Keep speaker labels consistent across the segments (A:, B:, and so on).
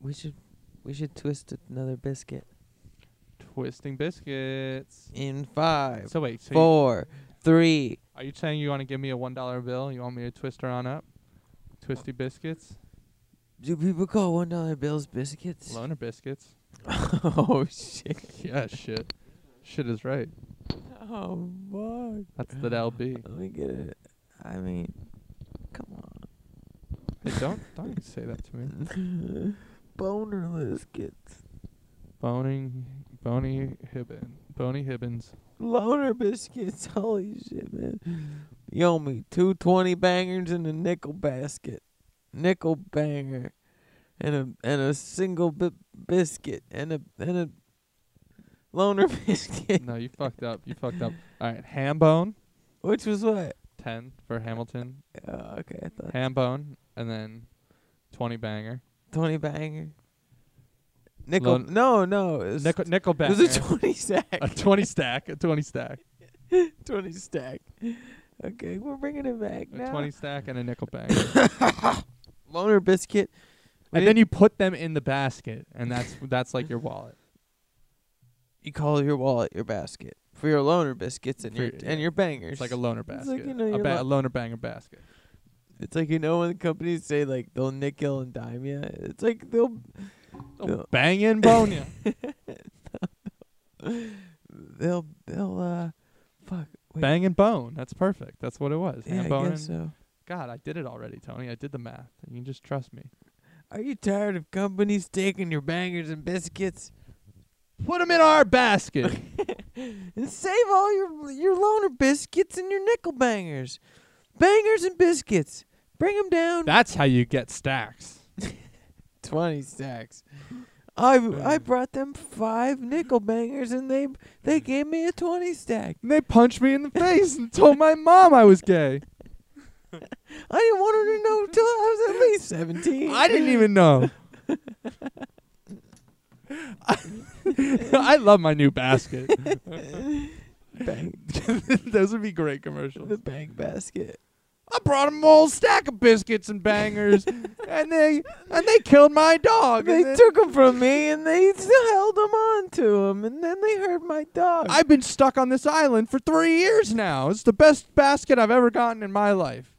A: We should we should twist another biscuit.
B: Twisting biscuits.
A: In five,
B: So wait, so you-
A: four, three.
B: are you saying you want to give me a one dollar bill? You want me to twist her on up? Twisty biscuits,
A: Do people call one dollar bills biscuits?
B: loner biscuits.
A: oh shit.
B: yeah, shit. Shit is right.
A: Oh fuck.
B: That's the LB.
A: Let me get it. I mean, come on.
B: Hey, don't don't say that to me.
A: Bonerless biscuits.
B: Boning, bony Hibbin, bony Hibbins.
A: Loner biscuits. Holy shit, man. You owe me two twenty bangers and a nickel basket. Nickel banger. And a and a single bi- biscuit and a and a loner biscuit.
B: No, you fucked up. You fucked up. All right, ham bone,
A: Which was what?
B: ten for Hamilton.
A: Oh, okay, I thought
B: Ham bone, and then twenty banger.
A: twenty banger. Nickel
B: Lon-
A: No, no. It was,
B: Nickel, nickel
A: it
B: banger.
A: was a twenty sack.
B: a twenty stack. A twenty stack.
A: 20 stack. Okay, we're bringing it back
B: A
A: now.
B: twenty stack and a nickel banger.
A: Loner biscuit. We
B: and then
A: didn't-
B: you put them in the basket, and that's that's like your wallet.
A: you call your wallet your basket for your loner biscuits and
B: For
A: your
B: your-
A: and your bangers.
B: It's like a loner
A: It's
B: basket.
A: like, you know,
B: a,
A: your
B: ba-
A: lo-
B: a loner banger basket.
A: it's like you know when companies say like they'll nickel and dime you. It's like they'll Yeah.
B: Bangin' bone ya.
A: they'll they'll uh fuck wait,
B: Bangin' bone. That's perfect. That's what it was.
A: yeah,
B: Ham
A: I
B: bone.
A: guess so.
B: God, I did it already, Tony. I did the math. You can just trust me.
A: Are you tired of companies taking your bangers and biscuits
B: Put them in our basket.
A: and save all your your loner biscuits and your nickel bangers, bangers and biscuits? Bring 'em down.
B: that's how you get stacks.
A: 20 stacks. I
B: Mm.
A: I brought them five nickel bangers and they they gave me a 20 stack.
B: And they punched me in the face and told my mom I was gay.
A: I didn't want her to know till I was at least 17.
B: I didn't even know. I, I love my new basket.
A: bang
B: Those would be great commercials.
A: the bang basket.
B: I brought them a whole stack of biscuits and bangers, and they and they killed my dog.
A: They
B: and then-
A: took them from me and they still held them on to them and then they hurt my dog.
B: I've been stuck on this island for three years now. It's the best basket I've ever gotten in my life.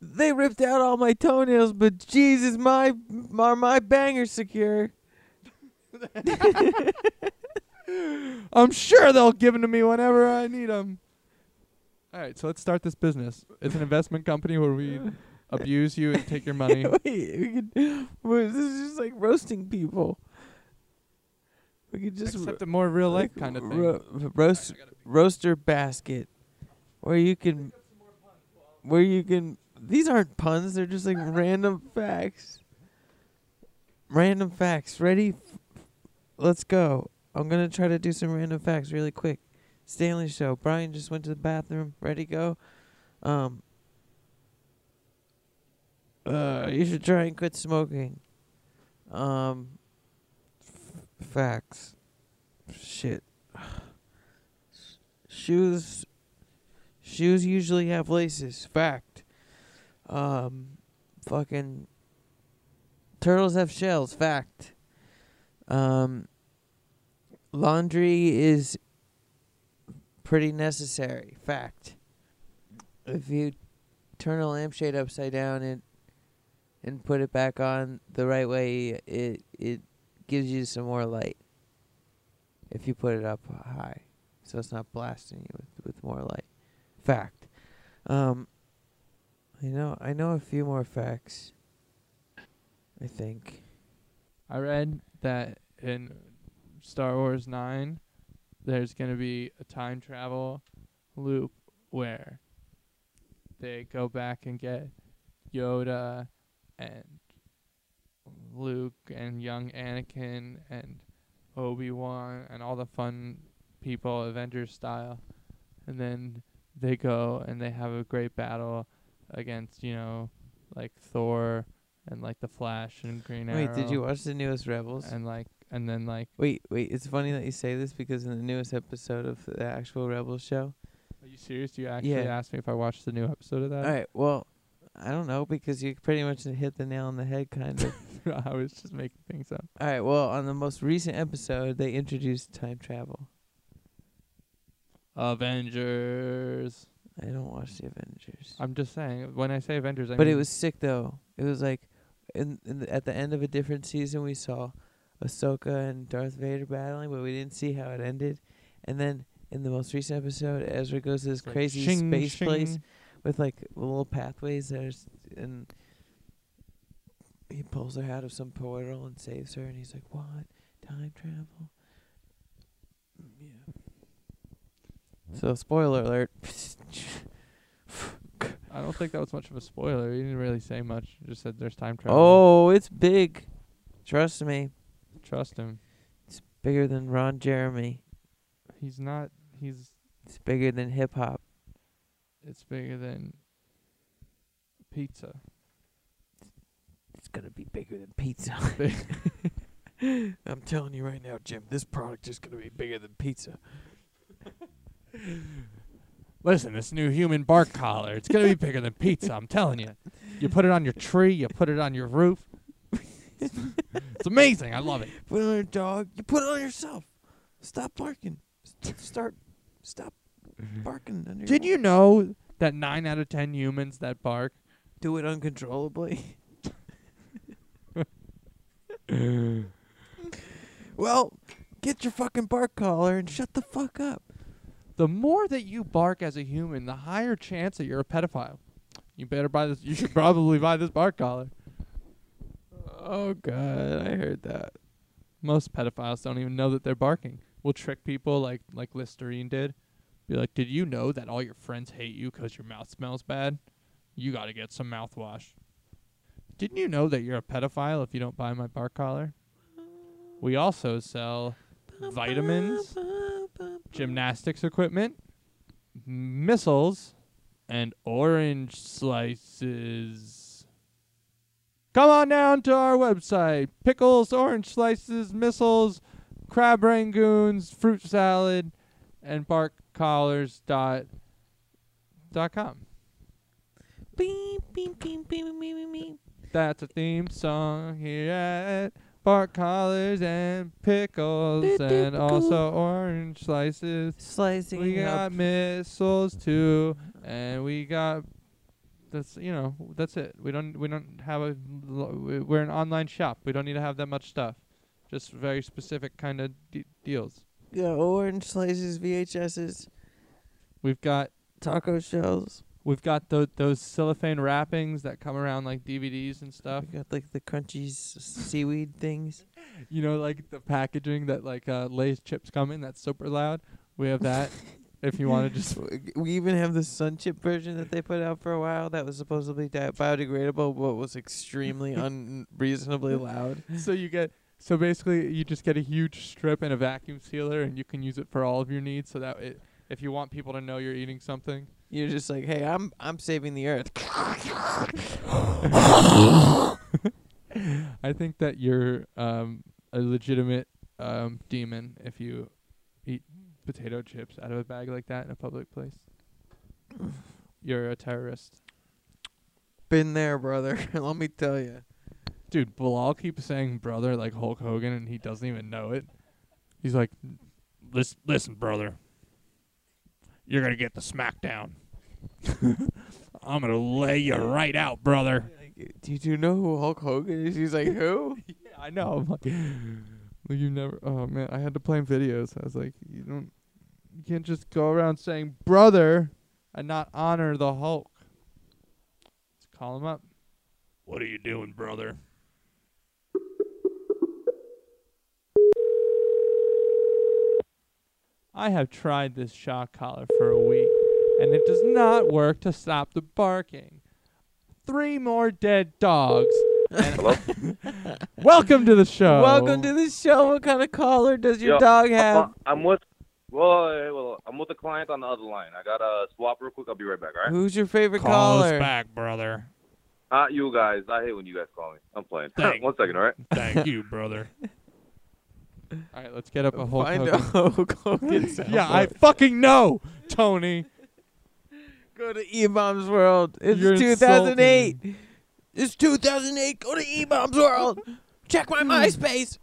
A: they ripped out all my toenails, but Jesus, my my, my bangers secure.
B: I'm sure they'll give them to me whenever I need them. All right, so let's start this business. It's an investment company where we abuse you and take your money.
A: Wait, we could, well, this is just like roasting people. We could just
B: Except a more real life
A: like
B: kind of thing.
A: ro- roast roaster basket, where you can, where you can. These aren't puns. They're just like random facts. Random facts. Ready? Let's go. I'm gonna try to do some random facts really quick. Stanley show. Brian just went to the bathroom. Ready? Go. Um. Uh, you should try and quit smoking. Um. F- facts. Shit. Shoes. Shoes usually have laces. Fact. Um, fucking. Turtles have shells. Fact. Um. Laundry is pretty necessary. Fact. If you turn a lampshade upside down and and put it back on the right way, it it gives you some more light if you put it up high, so it's not blasting you with, with more light. Fact. Um, I know I know a few more facts. I think.
B: I read that in Star Wars 9, there's going to be a time travel loop where they go back and get Yoda and Luke and young Anakin and Obi Wan and all the fun people, Avengers style. And then they go and they have a great battle against, you know, like Thor and like the Flash and Green Arrow
A: Wait, did you watch the newest Rebels?
B: and like and then like
A: wait, wait. It's funny that you say this because in the newest episode of the actual Rebels show.
B: are you serious do you actually
A: Yeah.
B: ask me if i watched the new episode of that
A: All right. Well, I don't know because you pretty much hit the nail on the head, kind of.
B: I was just making things up.
A: All right. Well, on the most recent episode, they introduced time travel.
B: Avengers.
A: I don't watch the Avengers,
B: I'm just saying. When I say Avengers, I
A: but
B: mean,
A: it was sick though. It was like, in, in the, at the end of a different season, we saw Ahsoka and Darth Vader battling, but we didn't see how it ended. And then in the most recent episode, Ezra goes to this
B: like
A: crazy
B: shing,
A: space place
B: shing.
A: with like little pathways there's and he pulls her out of some portal and saves her and he's like what time travel Mm, yeah so spoiler alert
B: I don't think that was much of a spoiler. You didn't really say much. You just said there's time travel.
A: oh it's big trust me
B: Trust him.
A: bigger than ron jeremy
B: He's not. He's.
A: it's bigger than hip hop
B: It's bigger than pizza.
A: it's gonna be bigger than pizza i'm telling you right now jim this product is gonna be bigger than pizza
B: Listen, this new human bark collar, it's going to be bigger than pizza, I'm telling you. You put it on your tree, you put it on your roof. it's amazing. I love it.
A: Put it on your dog. You put it on yourself. Stop barking. S- Start. Stop barking. Under your
B: Did Mm-hmm. you know that 9 out of 10 humans that bark
A: do it uncontrollably? well, get your fucking bark collar and shut the fuck up.
B: the more that you bark as a human, the higher chance that you're a pedophile. You better buy this. You should probably buy this bark collar.
A: Oh god, I heard that.
B: Most pedophiles don't even know that they're barking. Will trick people like like Listerine did. Be like, did you know that all your friends hate you 'cause your mouth smells bad? You got to get some mouthwash. Didn't you know that you're a pedophile if you don't buy my bark collar? We also sell vitamins, gymnastics equipment, missiles, and orange slices. Come on down to our website. Pickles, orange slices, missiles, crab rangoons, fruit salad, and barkcollars dot dot com.
A: Beep beep beep beep beep beep beep.
B: That's a theme song here at Bark Collars and Pickles and also orange slices.
A: Slicing
B: We got
A: up.
B: missiles too, and we got that's you know that's it. We don't we don't have a lo- we- we're an online shop. We don't need to have that much stuff. Just very specific kind of de- deals.
A: Yeah, orange slices, VHSs,
B: We've got
A: taco shells.
B: we've got tho- those cellophane wrappings that come around like DVDs and stuff.
A: We got like the crunchy s- seaweed things.
B: You know, like the packaging that like uh, Lay's chips come in. That's super loud. We have that. if you want to just
A: W- We even have the sun chip version that they put out for a while that was supposedly di- biodegradable, but was extremely unreasonably loud.
B: so you get so basically you just get a huge strip and a vacuum sealer and you can use it for all of your needs so that it if you want people to know you're eating something
A: You're just like, hey, I'm I'm saving the earth.
B: i think that you're um a legitimate um demon if you eat potato chips out of a bag like that in a public place you're a terrorist
A: Been there, brother. Let me tell you.
B: dude bilal keeps saying brother like hulk hogan and he doesn't even know it he's like
C: Listen, listen, brother. You're gonna get the smackdown. I'm gonna lay you right out, brother.
A: Do you do know who Hulk Hogan is? He's like, who?
B: Yeah, I know. I'm like, "Well, you never. Oh man, I had to play him videos. I was like, you don't, you can't just go around saying brother and not honor the Hulk. Let's call him up.
C: What are you doing, brother?
B: I have tried this shock collar for a week, and it does not work to stop the barking. Three more dead dogs. And Welcome to the show.
A: Welcome to the show. What kind of collar does your
D: Yo, Uh,
A: dog
D: I'm,
A: have?
D: on- I'm with. Well, hey, well, I'm with the client on the other line. I gotta swap real quick. I'll be right back. All right.
A: Who's your favorite
C: Call us
A: collar?
C: back, brother.
D: Not you guys. I hate when you guys call me. I'm playing.
C: Thank-
D: One second. All right.
C: Thank you, brother.
B: All right, let's get up a Hulk
A: Find a
B: Hogan.
A: Hulk Hogan.
B: Yeah, I
A: soundboard.
B: fucking know, Tony.
A: Go to E Bombs World. It's
B: You're
A: 2008. It's 2008. Go to E Bombs World. Check my MySpace.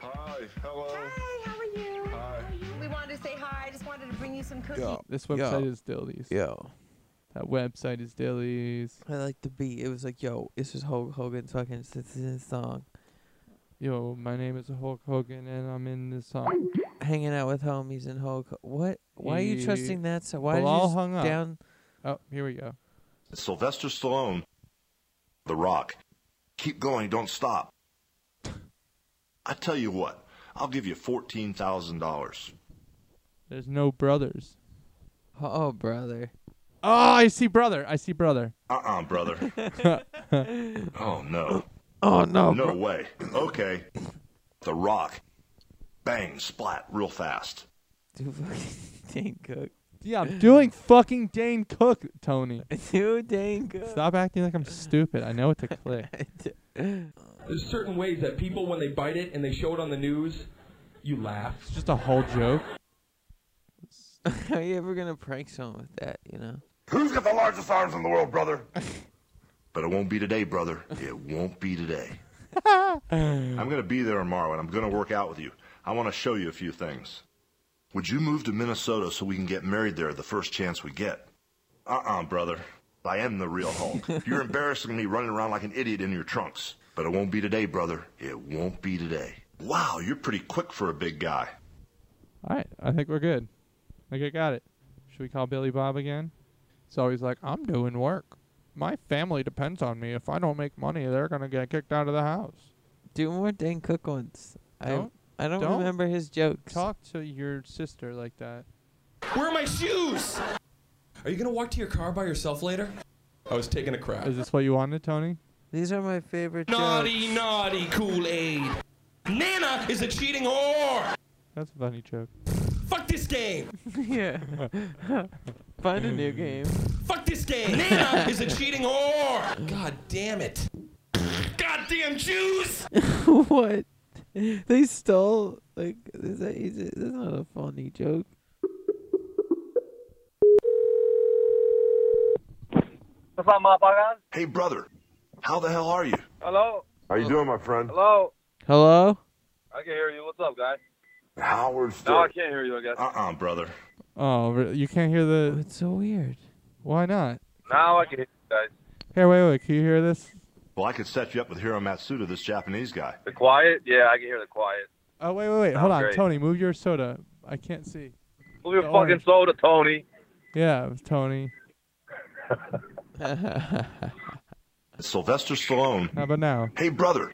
E: Hi, hello.
F: Hi, how are you?
E: Hi.
F: We wanted to say hi. I just wanted to bring you some cookies.
A: Yo,
B: This
A: Yo.
B: website is Dillies.
A: yo.
B: That website is Dillies.
A: I like the beat. It was like, yo, this is Hulk Hogan's fucking s- s- s- song.
B: Yo, my name is Hulk Hogan and I'm in this song.
A: Hanging out with homies and Hulk. What? Why are you
B: He-
A: trusting that? So why did you
B: Bilal
A: just
B: hung up.
A: down?
B: Oh, here we go.
E: Sylvester Stallone, The Rock. Keep going, don't stop. I tell you what, I'll give you $14,000.
B: There's no brothers.
A: Oh, brother.
B: Oh, I see brother. I see brother.
E: Uh uh brother. oh, no.
A: Oh no.
E: No way. Okay. The Rock. Bang, splat, real fast.
A: Dude, fucking Dane Cook.
B: Yeah, I'm doing fucking Dane Cook, Tony.
A: Dude, Dane Cook.
B: Stop acting like I'm stupid. I know what to click.
G: There's certain ways that people, when they bite it and they show it on the news, you laugh.
B: It's just a whole joke.
A: How are you ever gonna prank someone with that? You know.
E: Who's got the largest arms in the world, brother? but it won't be today, brother. It won't be today. I'm going to be there tomorrow and I'm going to work out with you. I want to show you a few things. Would you move to Minnesota so we can get married there the first chance we get? Uh uh brother. I am the real Hulk. You're embarrassing me running around like an idiot in your trunks. But it won't be today, brother. It won't be today. Wow, you're pretty quick for a big guy.
B: All right, I think we're good. I think I got it. Should we call Billy Bob again? He's always like, I'm doing work. My family depends on me. If I don't make money, they're gonna get kicked out of the house.
A: Do more Dane Cook ones.
B: Don't-
A: I I don't,
B: don't
A: remember his jokes.
B: Talk to your sister like that.
G: Where are my shoes? Are you gonna walk to your car by yourself later? I was taking a crap.
B: Is this what you wanted, Tony?
A: These are my favorite jokes.
G: Naughty, naughty Kool Aid. Nana is a cheating whore.
B: That's a funny joke.
G: Fuck this game.
A: yeah. Find a new game.
G: Fuck this game. Nana is a cheating whore. God damn it. Goddamn Jews.
A: what? They stole like is that is it, that's not a funny joke.
D: What's up, motherfuckers?
E: Hey, brother. How the hell are you?
D: Hello?
E: How you doing, my friend?
D: Hello?
A: Hello?
D: I can hear you. What's up, guy?
E: Howard
D: No, I
E: Stern.
D: can't hear you, I guess.
E: Uh uh, brother.
B: Oh, re- you can't hear the.
A: It's so weird.
B: Why not?
D: now I can hear you guys.
B: Here, wait, wait. Can you hear this?
E: Well, I could set you up with Hiro Matsuda, this Japanese guy.
D: The quiet? Yeah, I can hear the quiet.
B: Oh, wait, wait, wait. Hold
D: Sounds
B: on,
D: great.
B: Tony. Move your soda. I can't see.
D: Move your
B: The
D: fucking
B: orange.
D: soda, Tony.
B: Yeah, Tony.
E: Sylvester Stallone.
B: How about now?
E: Hey, brother.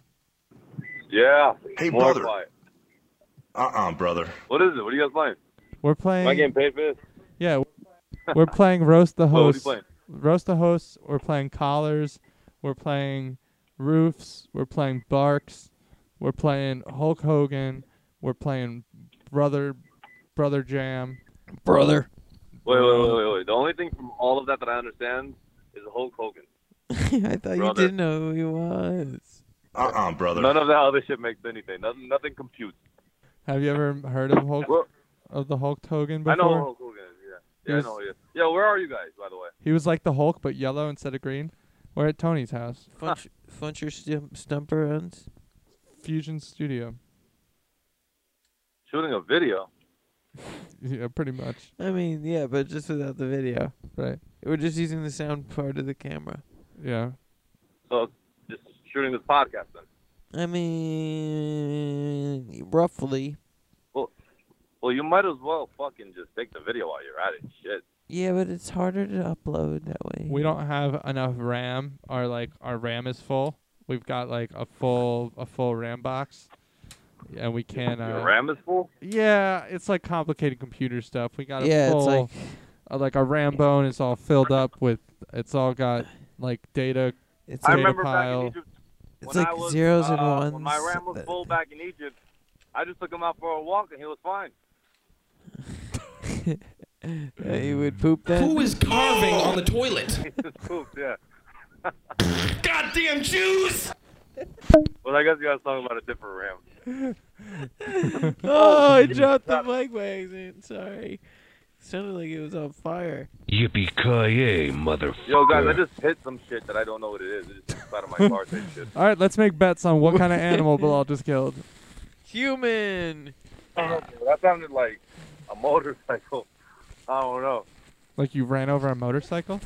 D: Yeah.
E: Hey,
D: More
E: brother.
D: quiet.
E: Uh uh brother.
D: What is it? What are you guys playing?
B: We're
D: Am I
B: playing.
D: getting paid for this?
B: Yeah, we're playing roast the
D: Whoa, what are you
B: host.
D: playing?
B: roast the hosts. We're playing collars. We're playing roofs. We're playing barks. We're playing Hulk Hogan. We're playing brother, brother jam.
A: Brother.
D: Wait, wait, wait, wait, wait. The only thing from all of that that I understand is Hulk Hogan.
A: I thought you
D: Brother.
A: didn't know who he was.
E: Uh uh brother.
D: None of that other shit makes anything. Nothing, nothing computes.
B: Have you ever heard of Hulk
D: Well-
B: of the Hulk Hogan before?
D: I know who Hulk Hogan is. Yeah, yeah,
B: Yes.
D: I know. who he is. Yeah, where are you guys, by the way?
B: He was like the Hulk but yellow instead of green. We're at Tony's house,
A: Funch, Funcher stump, Stumper runs.
B: Fusion Studio.
D: Shooting a video.
B: Yeah, pretty much.
A: I mean, yeah, but just without the video.
B: Right.
A: We're just using the sound part of the camera.
B: Yeah.
D: So just shooting this podcast then.
A: I mean, roughly.
D: Well, you might as well fucking just take the video while you're at it. Shit.
A: Yeah, but it's harder to upload that way.
B: We don't have enough RAM. Our like our RAM is full. We've got like a full a full RAM box, and we can.
D: Your
B: Uh,
D: RAM is full.
B: Yeah, it's like complicated computer stuff. We got a
A: yeah,
B: full,
A: it's like
B: uh, like a RAM bone. It's all filled up with. It's all got like data.
A: it's
D: I
A: like,
D: remember back
B: pile.
D: in Egypt.
A: it's
D: when
A: like
D: I was,
A: zeros
D: uh,
A: and ones.
D: When my RAM was
A: that-
D: full back in Egypt, I just took him out for a walk and he was fine.
A: uh, you would poop then.
G: Who is carving on the toilet?
D: He just pooped. Yeah.
G: Goddamn Jews.
D: Well, I guess you guys talking about a different RAM.
A: oh, I dropped the mic by accident. Sorry. sounded like it was on fire.
H: Yippee ki motherfucker.
D: Yo, guys, I just hit some shit that I don't know what it is. It just hit out of my car type shit.
B: All right, let's make bets on what kind of animal Bilal just killed.
A: Human.
D: That sounded like a motorcycle. I don't know.
B: Like you ran over a motorcycle?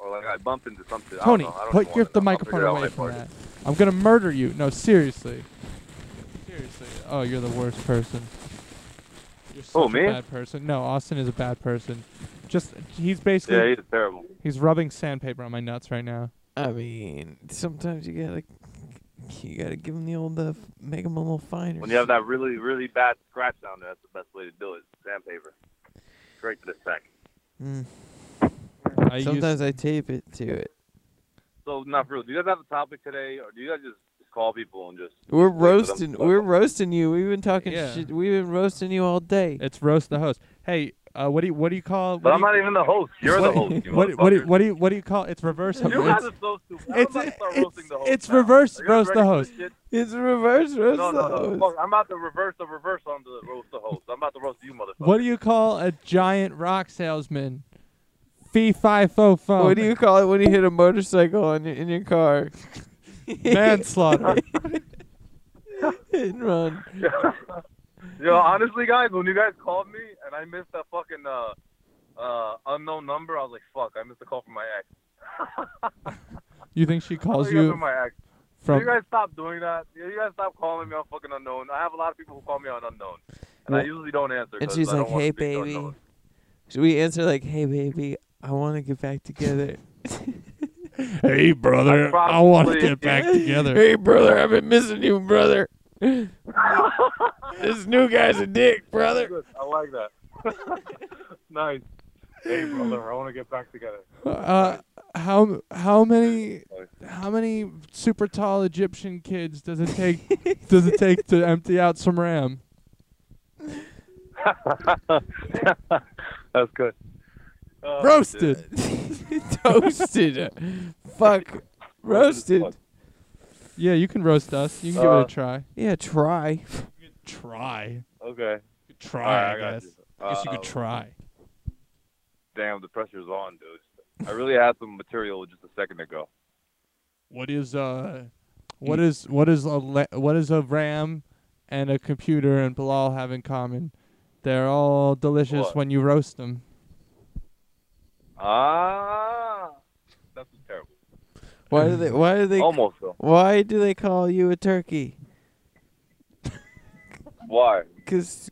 D: Or like I bumped into something.
B: Tony,
D: I don't know. I don't
B: put
D: even
B: your
D: wanna
B: the
D: know. I'll figure
B: microphone
D: it out
B: away
D: when I
B: from
D: park
B: that. I'm gonna murder you. No, seriously. Seriously. Oh, you're the worst person. You're such
D: Oh,
B: a
D: me?
B: bad person. No, Austin is a bad person. Just he's
D: it.
B: basically
D: Yeah, he's terrible.
B: he's rubbing sandpaper on my nuts right now.
A: I mean, sometimes you gotta you gotta give him the old uh, make him a little finer.
D: When you have that really, really bad scratch down there, that's the best way to do it. Sandpaper. Straight to the sack.
A: Mm.
B: I used-
A: Sometimes I tape it to it.
D: So, not for real. Do you guys have a topic today, or do you guys just call people and just?
A: We're
D: wait for them to
A: roasting.
D: fuck
A: We're
D: up?
A: roasting you. We've been talking
B: Yeah.
A: shit. We've been roasting you all day.
B: it's roast the host. Hey, uh, what do you what do you call?
D: But
B: what
D: I'm
B: do
D: not even the host. You're the
B: what-
D: host. You
B: you, what, what, do you,
D: motherfucker.
B: what do you what do you call? It's reverse.
D: You guys
B: host.
D: are so stupid.
B: it's-
D: I'm about to start
B: it's-
D: roasting the host
B: it's
D: now.
B: reverse
D: Are you guys
B: roast the
D: ready for
B: host.
D: this shit?
A: It's reverse roast.
D: No, no, no.
A: those.
D: Fuck, I'm about to reverse the reverse on the roast the host. I'm about to roast you, motherfucker.
B: What do you call a giant rock salesman? Fee fi fo fum.
A: What do you call it when you hit a motorcycle on your, in your car?
B: manslaughter?
A: Hit and run.
D: Yo, honestly, guys, when you guys called me and I missed that fucking uh, uh, unknown number, I was like, fuck, I missed a call from my ex.
B: you think she
D: I
B: calls
D: think that's
B: you
D: from my ex. Will
B: from?
D: you guys stop doing that? Will You guys stop calling me on fucking unknown. I have a lot of people who call me on unknown, and I
A: Well-
D: usually don't answer.
A: And
D: 'cause
A: she's
D: I don't
A: like,
D: want
A: "Hey,
D: to be
A: baby."
D: unknown.
A: Should we answer like, "Hey, baby, I want to get back together."
C: Hey, brother, I
D: probably-
C: want to get back together.
A: hey, brother, I've been missing you, brother. this new guy's a dick, brother.
D: Good, I like that. nice. Hey, brother, I want to get back together.
B: Uh, how how many how many super tall Egyptian kids does it take does it take to empty out some RAM?
D: That's good. Uh,
B: Roasted.
A: Toasted. Fuck. Roasted.
B: Yeah, you can roast us. You can give it
D: Uh,
B: a try.
A: Yeah, try.
C: Try.
D: Okay.
C: Try,
D: All right, I
C: I
D: got
C: guess.
D: you.
C: I guess you
D: Uh,
C: could try.
D: Damn, the pressure's on, dude. I really had some material just a second ago.
C: What is, uh,
B: What is what is a le- what is a RAM and a computer and Bilal have in common? They're all delicious
D: What?
B: when you roast them.
D: Ah, that's terrible.
A: Why do they? Why do they?
D: Almost though.
A: Why do they call you a turkey?
D: Why?
A: Cause,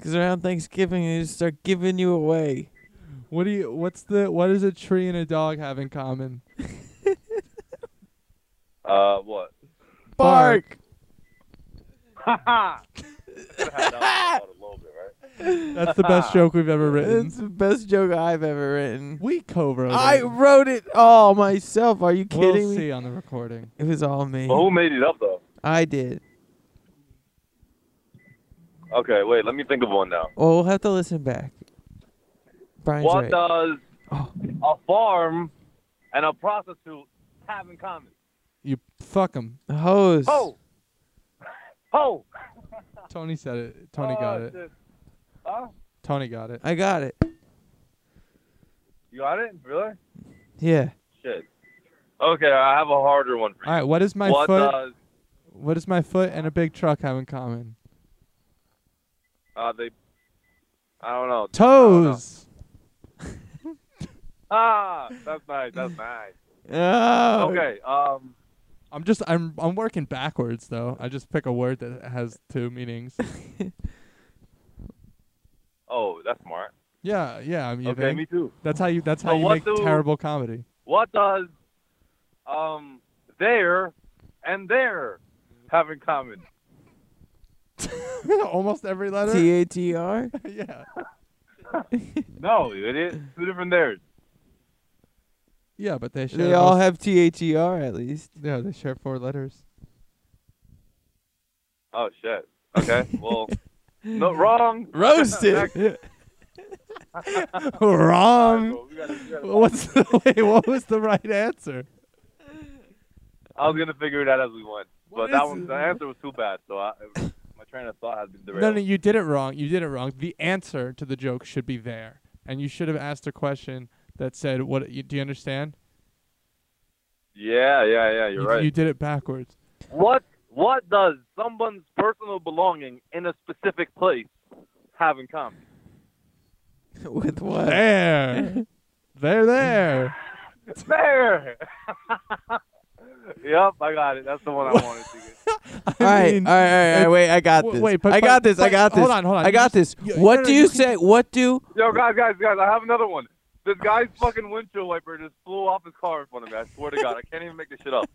A: 'cause around Thanksgiving they just start giving you away.
B: What do you? What's the? What does a tree and a dog have in common?
D: Uh, what?
A: Bark.
D: I could have had that one a little bit, right?
B: That's the best joke we've ever written.
A: It's the best joke I've ever written.
B: we co-wrote.
A: I
B: it.
A: wrote it all myself. Are you
B: We'll
A: kidding me?
B: see on the recording.
A: It was all me.
B: Oh.
D: Well, who made it up though?
A: I did.
D: Okay, wait. Let me think of one now.
A: Well, we'll have to listen back. Brian's
D: What
A: right.
D: does
A: Oh.
D: a farm and a prostitute have in common?
B: You fuck him.
A: Hose.
B: Oh.
D: Ho! Ho!
B: Tony said it. Tony
D: Oh,
B: got it.
D: shit. Huh?
B: Tony got it.
A: I got it.
D: You got it? Really?
A: Yeah.
D: Shit. Okay, I have a harder one for
B: All
D: you.
B: right. What is my
D: what
B: foot?
D: does
B: what does my foot and a big truck have in common?
D: uh, they? I don't know.
B: Toes.
D: Ah, that's nice. That's nice.
A: Oh.
D: Okay. Um.
B: I'm just. I'm. I'm working backwards though. I just pick a word that has two meanings.
D: Oh, that's smart.
B: yeah. Yeah. I mean. you
D: okay,
B: think?
D: me too.
B: That's how you. That's how
D: So
B: you
D: what
B: make
D: do-
B: terrible comedy.
D: What does um there and there have in common?
B: Almost every letter.
A: Oh. T A T R.
B: yeah.
D: No, you idiot. Two different theirs.
B: Yeah, but they share.
A: They all
B: most-
A: have T A T R at least.
B: Yeah, they share four letters.
D: Oh shit. Okay. Well, no, wrong.
A: Roasted.
B: Wrong.
D: Well, we gotta- we gotta-
B: What's the, wait, what was the right answer?
D: I was gonna figure it out as we went,
B: What
D: but that
B: is
D: one,
B: it?
D: the answer was too bad, so I, my My train of thought has been derailed.
B: No, no, you did it wrong. You did it wrong. The answer to the joke should be there, and you should have asked a question that said, "What you, do you understand?"
D: Yeah, yeah, yeah. You're
B: you,
D: right.
B: you did it backwards.
D: What What does someone's personal belonging in a specific place have in common?
A: With what?
B: There, there, there.
D: There. yep, I got it. That's the one I wanted to get.
B: I
A: All right, all
B: mean,
A: right, all right, all right.
B: it-
A: Wait, I got
B: w-
A: this.
B: wait, but-
A: I got
B: but-
A: this. I
B: but-
A: got this.
B: hold on, hold on.
A: I got this.
B: You- you-
A: what
B: no, no,
A: do
B: you
A: you,
B: can-
A: say? What do?
D: Yo, guys, guys, guys! I have another one. This guy's fucking windshield wiper just flew off his car in front of me. I swear to God, I can't even make this shit up.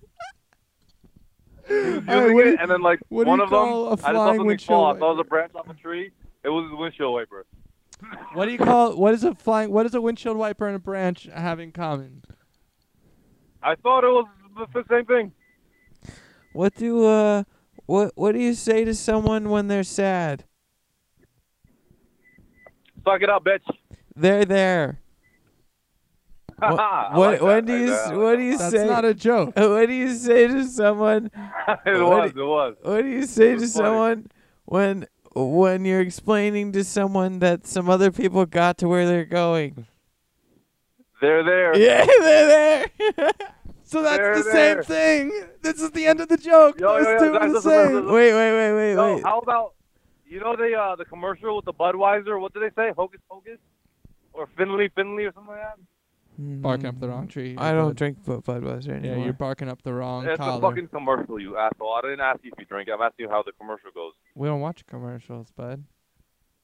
D: He was using
B: Alright, what
D: it,
B: do you-
D: and then like
B: what do
D: one
B: you
D: of them,
B: call a
D: I just
B: flying
D: saw something
B: windshield
D: fall. I saw it was
B: wiper?
D: a branch off a tree. It was his windshield wiper.
B: What do you call? What is a flying? What does a windshield wiper and a branch have in common?
D: I thought it was the, the same thing.
A: What do? Uh, what what do you say to someone when they're sad?
D: Suck it up, bitch.
A: They're there.
D: I
A: What
D: like
A: what, what
D: that.
A: do you
D: I
A: s-
D: like
A: what do you
B: That's
A: say?
B: not a joke.
A: Uh, what do you say to someone?
D: that. it was. It was.
A: What do you say to
D: was funny.
A: someone when when you're explaining to someone that some other people got to where they're going?
D: They're there.
A: Yeah, they're there.
B: So that's
D: There,
B: the same
D: there.
B: thing. This is the end of the joke.
D: Yo,
B: Those
D: yo, yo,
B: two
D: guys,
B: were the
D: listen, listen,
B: same.
D: listen.
A: wait, wait, wait, wait,
D: Yo,
A: wait.
D: how about you know the uh, the commercial with the Budweiser? What do they say? Hocus pocus, or Finley Finley or something like that.
B: Barking up the wrong tree.
A: Hmm. I
B: but-
A: don't drink Bud- Budweiser
B: Yeah,
A: anymore.
B: you're barking up the wrong
D: It's a
B: collar.
D: fucking commercial, you asshole. I didn't ask you if you drink. I'm asking you how the commercial goes.
B: We don't watch commercials, bud.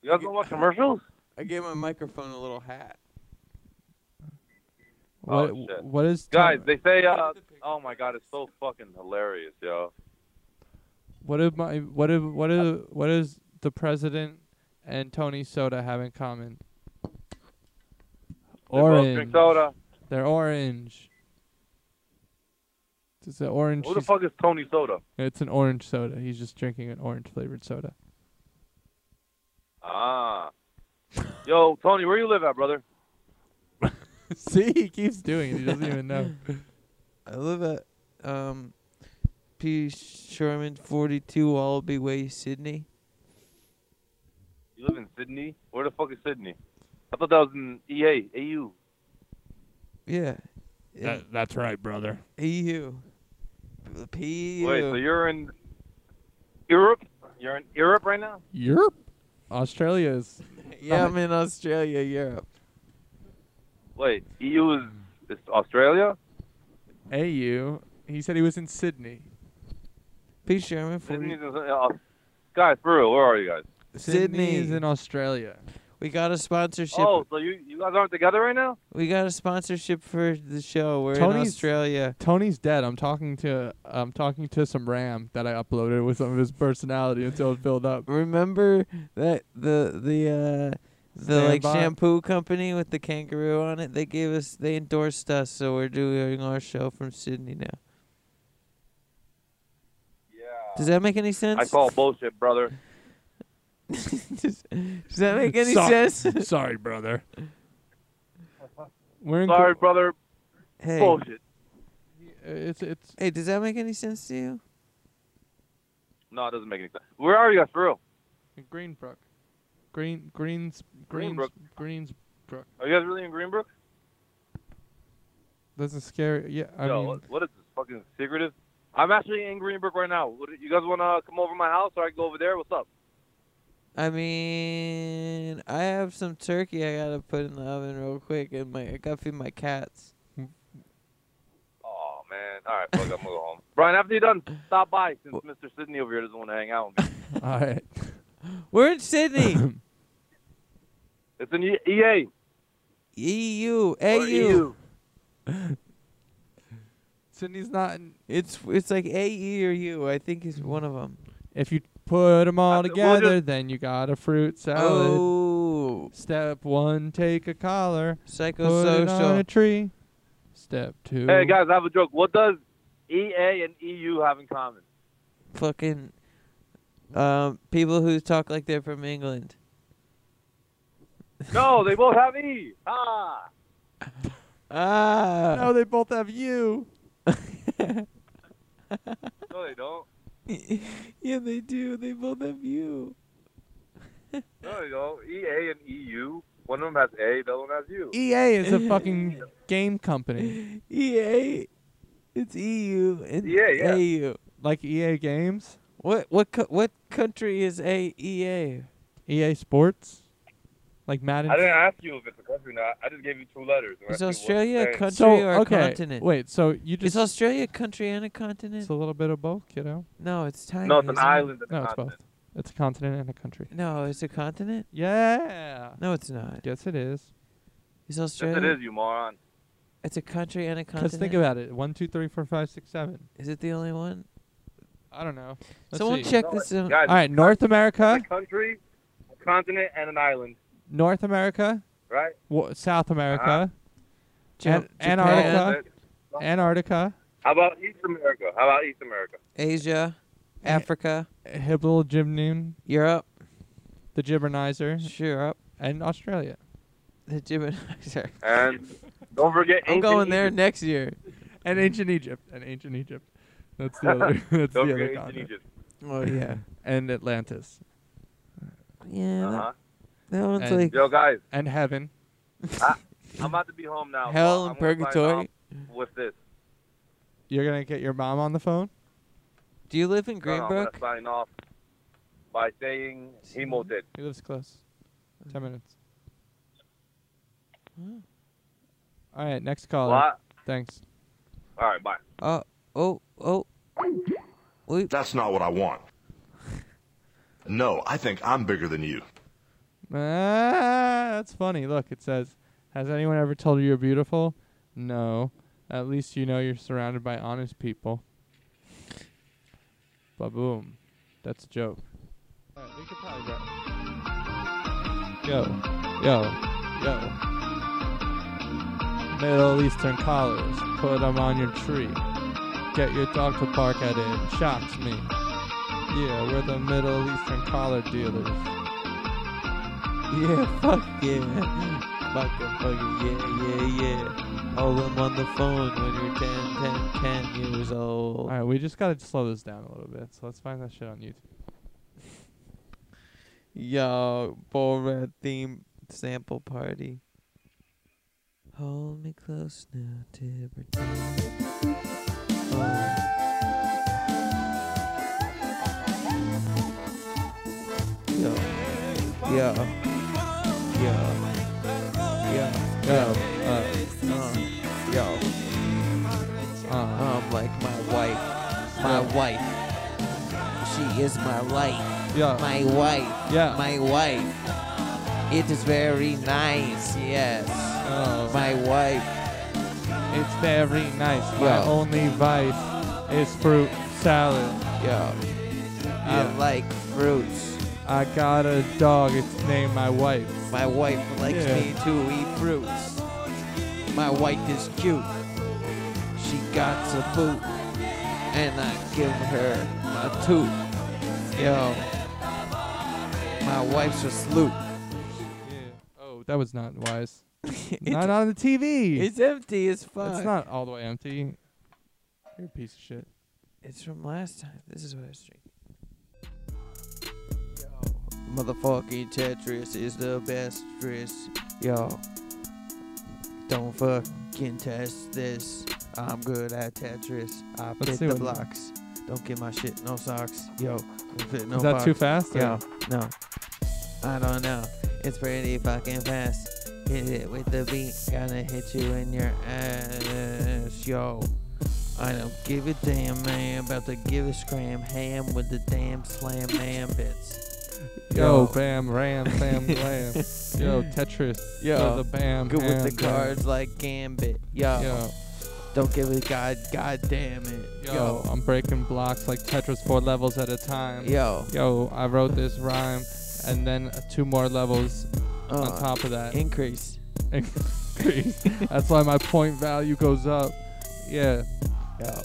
D: You guys don't watch commercials?
A: I gave my microphone a little hat.
D: Oh,
B: What?
D: shit.
B: What is?
D: Guys,
B: Tom-
D: they say, uh, oh my god, it's so fucking hilarious, yo.
B: What if my what if what is what is the president and Tony Soda have in common?
D: They both
B: Orange.
D: Drink soda.
B: They're orange. It's an orange.
D: Who the
B: he's-
D: fuck is Tony Soda?
B: It's an orange soda. He's just drinking an orange flavored soda.
D: Ah. Yo, Tony, where you live at, brother?
B: See, he keeps doing it. He doesn't even know.
A: I live at um, P. Sherman 42 Wallaby Way, Sydney.
D: You live in Sydney? Where the fuck is Sydney? I thought that was in E EA, AU.
A: Yeah. In
C: That, that's right, brother.
A: EU. The PU.
D: Wait, so you're in Europe? You're in Europe right now?
B: Europe, Australia is.
A: yeah, I'm in Australia, Europe.
D: Wait, EU is, is Australia?
B: AU. He said he was in Sydney.
A: P. Sherman
D: Sydney's
A: 40.
D: in, uh, guys, for real, where are you guys?
A: Sydney.
B: is in Australia.
A: we got a sponsorship.
D: Oh, so you, you guys aren't together right now?
A: We got a sponsorship for the show. We're in
B: Tony's-
A: Australia.
B: Tony's dead. I'm talking to I'm talking to some RAM that I uploaded with some of his personality until it filled up.
A: Remember that the the uh the like
B: Standby.
A: shampoo company with the kangaroo on it? They gave us they endorsed us, so we're doing our show from Sydney now.
D: Yeah.
A: Does that make any sense?
D: I call bullshit, brother.
A: does, does that make any
C: Sorry.
A: sense?
C: Sorry, brother.
B: We're in
D: Sorry, brother.
A: Hey,
D: Bullshit.
B: uh, it's it's
A: hey, does that make any sense to you?
D: No, it doesn't make any sense. Where are you guys for real?
B: Greenbrook. Green Greens Greens
D: Greenbrook.
B: Greensbrook.
D: Are you guys really in Greenbrook?
B: That's a scary yeah, I
D: Yo,
B: mean
D: what, what is this fucking secretive? I'm actually in Greenbrook right now. What, you guys want to come over to my house or I can go over there? What's up?
A: I mean, I have some turkey I gotta put in the oven real quick, and my I gotta feed my cats.
D: Oh man. All right, fuck. I'm gonna go home. Brian, after you're done, stop by since Mr. Sydney over here doesn't want to hang out. with me.
B: all right.
A: We're in Sydney,
D: It's in E- EA.
A: EU,
D: or E EU.
A: AU.
B: Sydney's not in,
A: It's it's like AE or U. I think it's one of them.
B: if you put 'em all
D: That's- Uh, we'll
B: together then you got a fruit salad.
A: Oh,
B: Step 1 take a collar. Put it on a
A: psychosocial.
B: tree. Step 2
D: Hey guys, I have a joke. What does EA and EU have in common?
A: Fucking um, people who talk like they're from England.
D: No, they both have E. Ah.
A: Ah,
B: No, Oh, they both have you.
D: No, they don't.
A: Yeah, they do. They both have E you.
D: No, yo, EA and EU. One of them has A, the other one has
A: E
D: U.
B: EA is E a fucking game company.
A: EA. E It's EU and
D: Yeah, yeah.
A: AU.
B: Like EA Games,
A: What what co- what country is E AEA?
B: EA E Sports, like Madden.
D: I didn't ask you if it's a country or not. I just gave you two letters. and
A: Is
D: asked you what
A: Australia a
D: it's saying.
A: country
B: so,
A: or a
B: okay,
A: continent?
B: Wait, so you just
A: Is Australia a country and a continent?
B: it's a little bit of both, kiddo.
A: no, it's tiny.
D: No, it's an
A: isn't it?
D: island and
B: No,
D: a
B: it's both.
D: continent.
B: It's a continent and a country.
A: No, it's a continent.
B: Yeah.
A: No, it's not.
B: Yes, it is.
A: Is
D: Yes,
A: Australia?
D: it is, you moron.
A: It's a country and a continent.
B: Because think about it. One, two, three, four, five, six, seven.
A: Is it the only one?
B: I don't know. Let's
A: Someone
B: see.
A: check
D: No,
A: this out.
D: guys,
B: All right, North America,
D: a country, a continent, and an island,
B: North America,
D: right?
B: wa- South America,
A: Ja-
B: An-
A: Japan,
B: Antarctica, Uh-huh. Antarctica,
D: How about East America? How about East America?
A: Asia,
B: Eh.
A: Africa,
B: Hibbel,
A: Europe,
B: the Gibbernizer,
A: Europe,
B: and Australia.
A: the Gemini.
D: And don't forget
A: I'm
D: ancient
A: going there
D: Egypt.
A: next year.
B: And ancient Egypt. And ancient Egypt. That's the other. That's the
D: Don't
B: other
D: forget ancient
B: continent.
D: Egypt.
A: Oh yeah,
B: And Atlantis.
A: yeah.
D: Uh-huh.
A: That, that one's
B: And-
A: like
D: Yo, guys,
B: And heaven.
D: I'm about to be home now. so
A: hell
D: I'm
A: and
D: gonna sign
A: purgatory.
D: off With this,
B: You're gonna get your mom on the phone.
A: Do you live in
D: No, no, Uh, I'm gonna
A: Greenbrook?
D: sign off by saying Hemo did.
B: He lives close. Ten minutes.
A: Hmm.
B: All right, next caller.
D: What?
B: Thanks.
D: All right, bye.
A: Oh, oh, oh. We
E: That's not what I want. No, I think I'm bigger than you.
B: Ah, that's funny. Look, it says, "Has anyone ever told you you're beautiful?" No. At least you know you're surrounded by honest people. Ba boom. That's a joke. Alright, Uh, we could probably go. Yo, yo, yo. Middle Eastern collars, put 'em on your tree. Get your dog to bark at it, shocks me. Yeah, we're the Middle Eastern collar dealers.
A: yeah, fuck yeah, fuck yeah, fuck yeah, yeah, yeah. Hold them on the phone when you're 10, 10, 10 years old.
B: All right, we just gotta slow this down a little bit. So let's find that shit on YouTube.
A: Yo, Borat theme sample party. Hold me close now, Tibber. Oh, yo, yo, yo, yo, yo, uh, uh, yo.
B: Uh,
A: I'm like my wife, my
B: Yeah.
A: wife. She is my light,
B: yeah,
A: my wife
B: yeah.
A: my wife. It is very nice, yes.
B: Oh.
A: My wife.
B: it's very nice. My
A: Yeah.
B: only vice is fruit salad.
A: Yo. I
B: Yeah.
A: like fruits.
B: I got a dog. It's named my wife.
A: My wife likes
B: Yeah.
A: me to eat fruits. My wife is cute. She got a boot. And I give her my tooth. Yo. My wife's a sloop.
B: Yeah. Oh, that was not wise. not on the TV.
A: It's empty as fuck.
B: It's not all the way empty. You're a piece of shit.
A: It's from last time. This is what I was drinking. Yo, motherfucking Tetris is the best dress. Yo, don't fucking test this. I'm good at Tetris. I
B: Let's
A: fit
B: see
A: the
B: what-
A: blocks. Don't get my shit no socks. Yo, don't fit no
B: Is that
A: box.
B: too fast? or-
A: Yo, no. I don't know. It's pretty fucking fast. Hit it with the beat. Gonna hit you in your ass. Yo. I don't give a damn, man. About to give a scram ham with the damn slam ambits.
B: Yo,
A: Yo.
B: bam, ram, bam, glam. Yo, Tetris.
A: Yo,
B: the bam.
A: Good with
B: ham,
A: the
B: bam.
A: cards like Gambit. Yo.
B: Yo.
A: Don't give a god, god damn it.
B: Yo,
A: Yo.
B: I'm breaking blocks like Tetris four levels at a time.
A: Yo.
B: Yo, I wrote this rhyme and then two more levels on
A: Uh,
B: top of that.
A: increase.
B: Increase. That's why my point value goes up. Yeah.
A: Yo.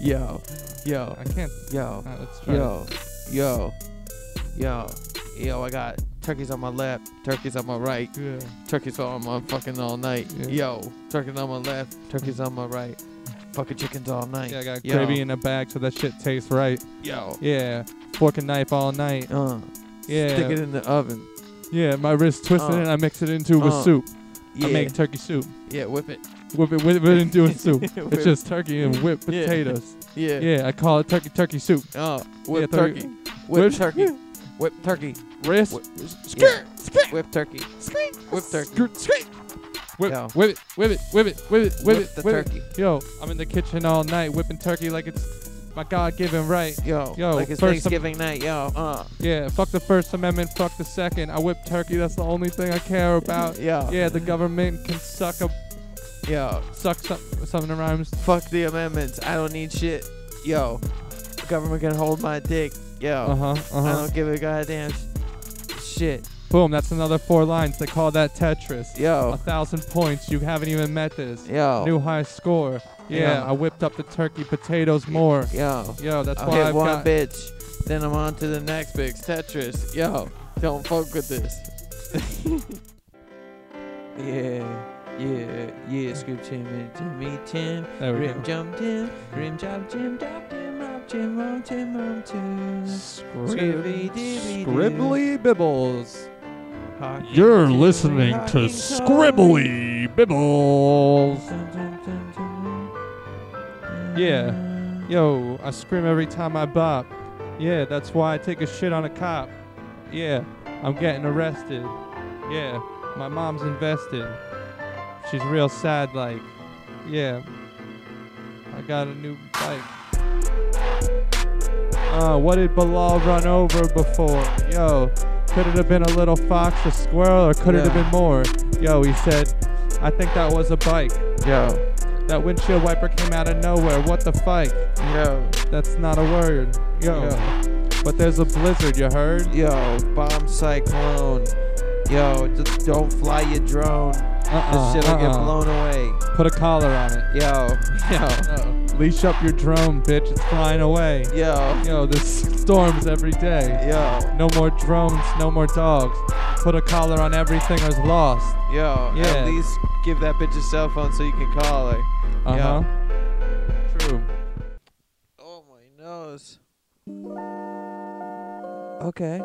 A: Yo. Yo.
B: I can't.
A: Yo.
B: Uh, let's try.
A: Yo, yo, yo, yo, I got turkeys on my left, turkeys on my right,
B: it. Yeah.
A: turkeys on my fucking all night.
B: Yeah.
A: Yo, turkeys on my left, turkeys on my right, fucking chickens all night.
B: Yeah, I got
A: yo,
B: gravy in a bag so that shit tastes right.
A: Yo,
B: Yeah. fork and knife all night.
A: Uh, Stick it
B: Yeah,
A: in the oven.
B: yeah. My wrist twisted
A: Uh.
B: and I mix it into a
A: Uh.
B: soup.
A: Yeah.
B: I make turkey soup.
A: yeah, whip it.
B: Whip it, whip it into a soup.
A: Whip-
B: It's just turkey and whipped
A: Yeah.
B: potatoes.
A: Yeah.
B: Yeah, I call it turkey turkey soup.
A: Oh, whip
B: Yeah,
A: turkey.
B: turkey.
A: Whip
B: Whip-
A: turkey. Whip turkey.
B: Wrist.
A: Whip-
B: Skirt, skirt,
A: Whip turkey. Whip turkey.
B: skirt, skirt. Whip,
A: Yo.
B: whip it, whip it, whip it, whip it, whip,
A: Whip
B: it,
A: the
B: whip
A: turkey.
B: it. Yo, I'm in the kitchen all night whipping turkey like it's my God-given right.
A: Yo,
B: Yo,
A: like it's
B: first some-
A: Thanksgiving night, yo. Uh,
B: Yeah, fuck the First Amendment, fuck the Second. I whip turkey. That's the only thing I care about.
A: Yo.
B: Yeah, the government can suck a
A: yo,
B: suck some something that rhymes.
A: fuck the amendments. I don't need shit. Yo, government can hold my dick. Yo,
B: Uh huh. Uh
A: Oh. I
B: huh.
A: don't give a goddamn sh- shit.
B: Boom. That's another four lines. They call that Tetris. A
A: Yo,
B: thousand points. You haven't even met this.
A: yo,
B: New high score. Yeah,
A: Yeah.
B: I whipped up the turkey potatoes more.
A: yo.
B: Yo, that's
A: I
B: why
A: hit
B: I've
A: one
B: got.
A: bitch, then I'm on to the next bitch, Tetris. Yo, don't fuck with this. yeah, yeah, yeah. Scoop Jim and Jimmy Tim,
B: There we
A: Rim
B: go.
A: Jump Tim, Rim Job Jim, Job Jim, Rob Jim, Rom Tim, Rom Tim. Scribbly dibbly doo.
B: Scribbly Bibbles.
A: Hawking
C: You're
A: Tim,
C: listening to
A: Hawking Tom.
C: Scribbly Bibbles.
A: Dum, dum, dum, dum.
B: Yeah. Yo, I scream every time I bop. Yeah, that's why I take a shit on a cop. Yeah, I'm getting arrested. Yeah, my mom's invested. She's real sad, like. Yeah, I got a new bike. Uh, what did Bilal run over before? Yo, could it have been a little fox, a squirrel, or could it have
A: Yeah.
B: been more? Yo, he said, I think that was a bike.
A: Yo,
B: That windshield wiper came out of nowhere. What the fuck?
A: yo,
B: That's not a word. Yo.
A: yo.
B: But there's a blizzard, you heard?
A: Yo, bomb cyclone. Yo, just don't fly your drone. This
B: Uh-uh,
A: shit'll get
B: uh-uh.
A: blown away.
B: Put a collar on it.
A: Yo, yo,
B: Leash up your drone, bitch. It's flying away.
A: yo,
B: Yo, there's storms every day.
A: yo,
B: No more drones, no more dogs. Put a collar on everything or is lost.
A: yo.
B: Yeah.
A: At least give that bitch a cell phone so you can call her.
B: Uh huh. True.
A: Oh my nose. Okay.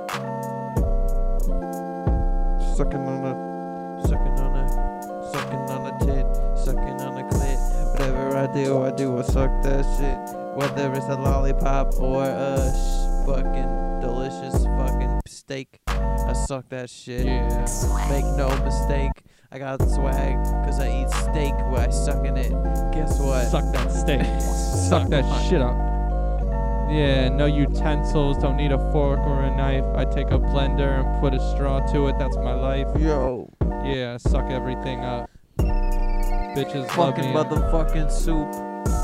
A: Sucking on a, sucking on a, sucking on a tit, sucking on a clit. Whatever I do, I do, I suck that shit. Whether it's a lollipop or a sh- fucking delicious fucking steak, I suck that shit.
B: Yeah.
A: Make no mistake, I got swag, cause I eat steak while I sucking it. Guess what?
B: Suck that steak. Suck that
A: my-
B: shit up. Yeah, no utensils. Don't need a fork or a knife. I take a blender and put a straw to it. That's my life.
A: Yo.
B: Yeah, I suck everything up. Bitches love
A: fucking
B: me.
A: motherfucking soup.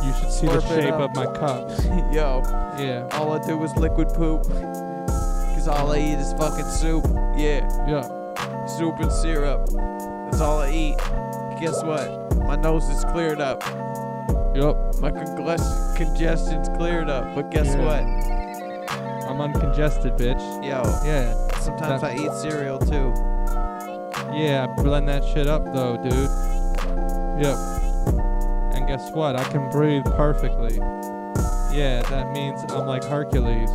B: you should see the
A: slurp it
B: shape
A: up.
B: of my cups.
A: Yo,
B: Yeah,
A: all I do is liquid poop. Cause all I eat is fucking soup. Yeah,
B: yeah.
A: soup and syrup. That's all I eat. Guess what? My nose is cleared up.
B: Yup.
A: My congles- congestion's cleared up. But guess
B: Yeah. I'm uncongested, bitch.
A: what? Yo,
B: Yeah.
A: sometimes I
B: That-
A: eat cereal too.
B: Yeah, I blend that shit up though, dude. Yep. And guess what? I can breathe perfectly. Yeah, that means I'm like Hercules.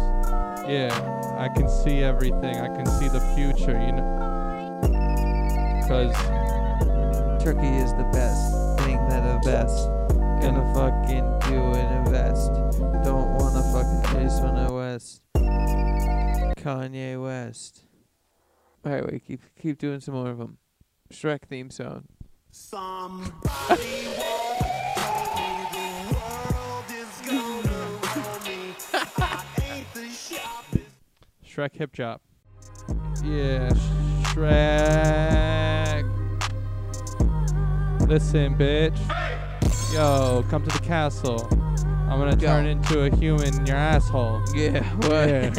B: Yeah, I can see everything. I can see the future, you know. Cause
A: Turkey is the best thing that a best gonna fucking do and invest. Don't wanna fucking chase when I west. Kanye West. All right, wait, keep keep doing some more of them. Shrek theme song.
B: Shrek hip drop. Yeah, Sh- Shrek. Listen, bitch. Yo, come to the castle. I'm gonna
A: Yo.
B: turn into a human in your asshole.
A: Yeah, what?
B: Yeah.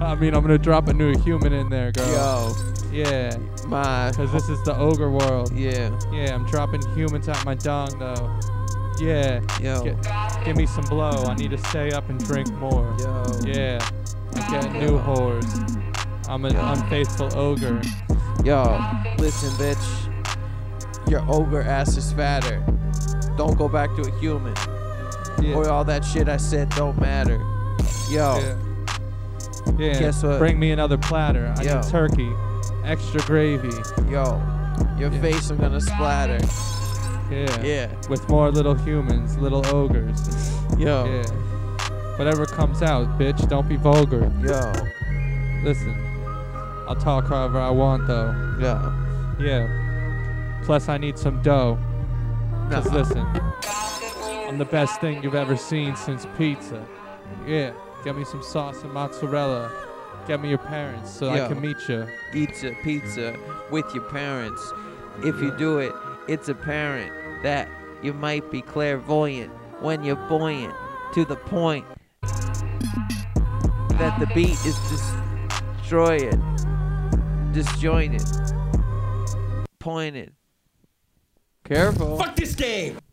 B: I mean, I'm gonna drop a new human in there, girl.
A: Yo,
B: Yeah,
A: my.
B: cause this is the ogre world.
A: Yeah,
B: Yeah, I'm dropping humans out my dong though. Yeah,
A: yo,
B: Get- give me some blow. I need to stay up and drink more.
A: yo.
B: Yeah, I'm getting new whores. I'm an unfaithful ogre.
A: Yo, listen, bitch. Your ogre ass is fatter. Don't go back to a human.
B: Yeah.
A: Or all that shit I said don't matter. Yo.
B: yeah. Yeah.
A: oh. Guess what?
B: Bring me another platter. I
A: Yo.
B: need turkey, extra gravy.
A: Yo, your
B: Yeah.
A: face is gonna splatter.
B: Yeah.
A: Yeah.
B: With more little humans, little ogres.
A: Yo,
B: Yeah. Whatever comes out, bitch. Don't be vulgar.
A: yo,
B: Listen, I'll talk however I want though.
A: yo.
B: Yeah. Plus, I need some dough. Just
A: Nah.
B: listen. I'm the best thing you've ever seen since pizza. Yeah. Get me some sauce and mozzarella. Get me your parents so
A: Yo.
B: I can meet you.
A: eats a pizza with your parents. If you do it, it's apparent that you might be clairvoyant when you're buoyant to the point that the beat is destroyed, disjointed, pointed. Careful.
G: Fuck this game.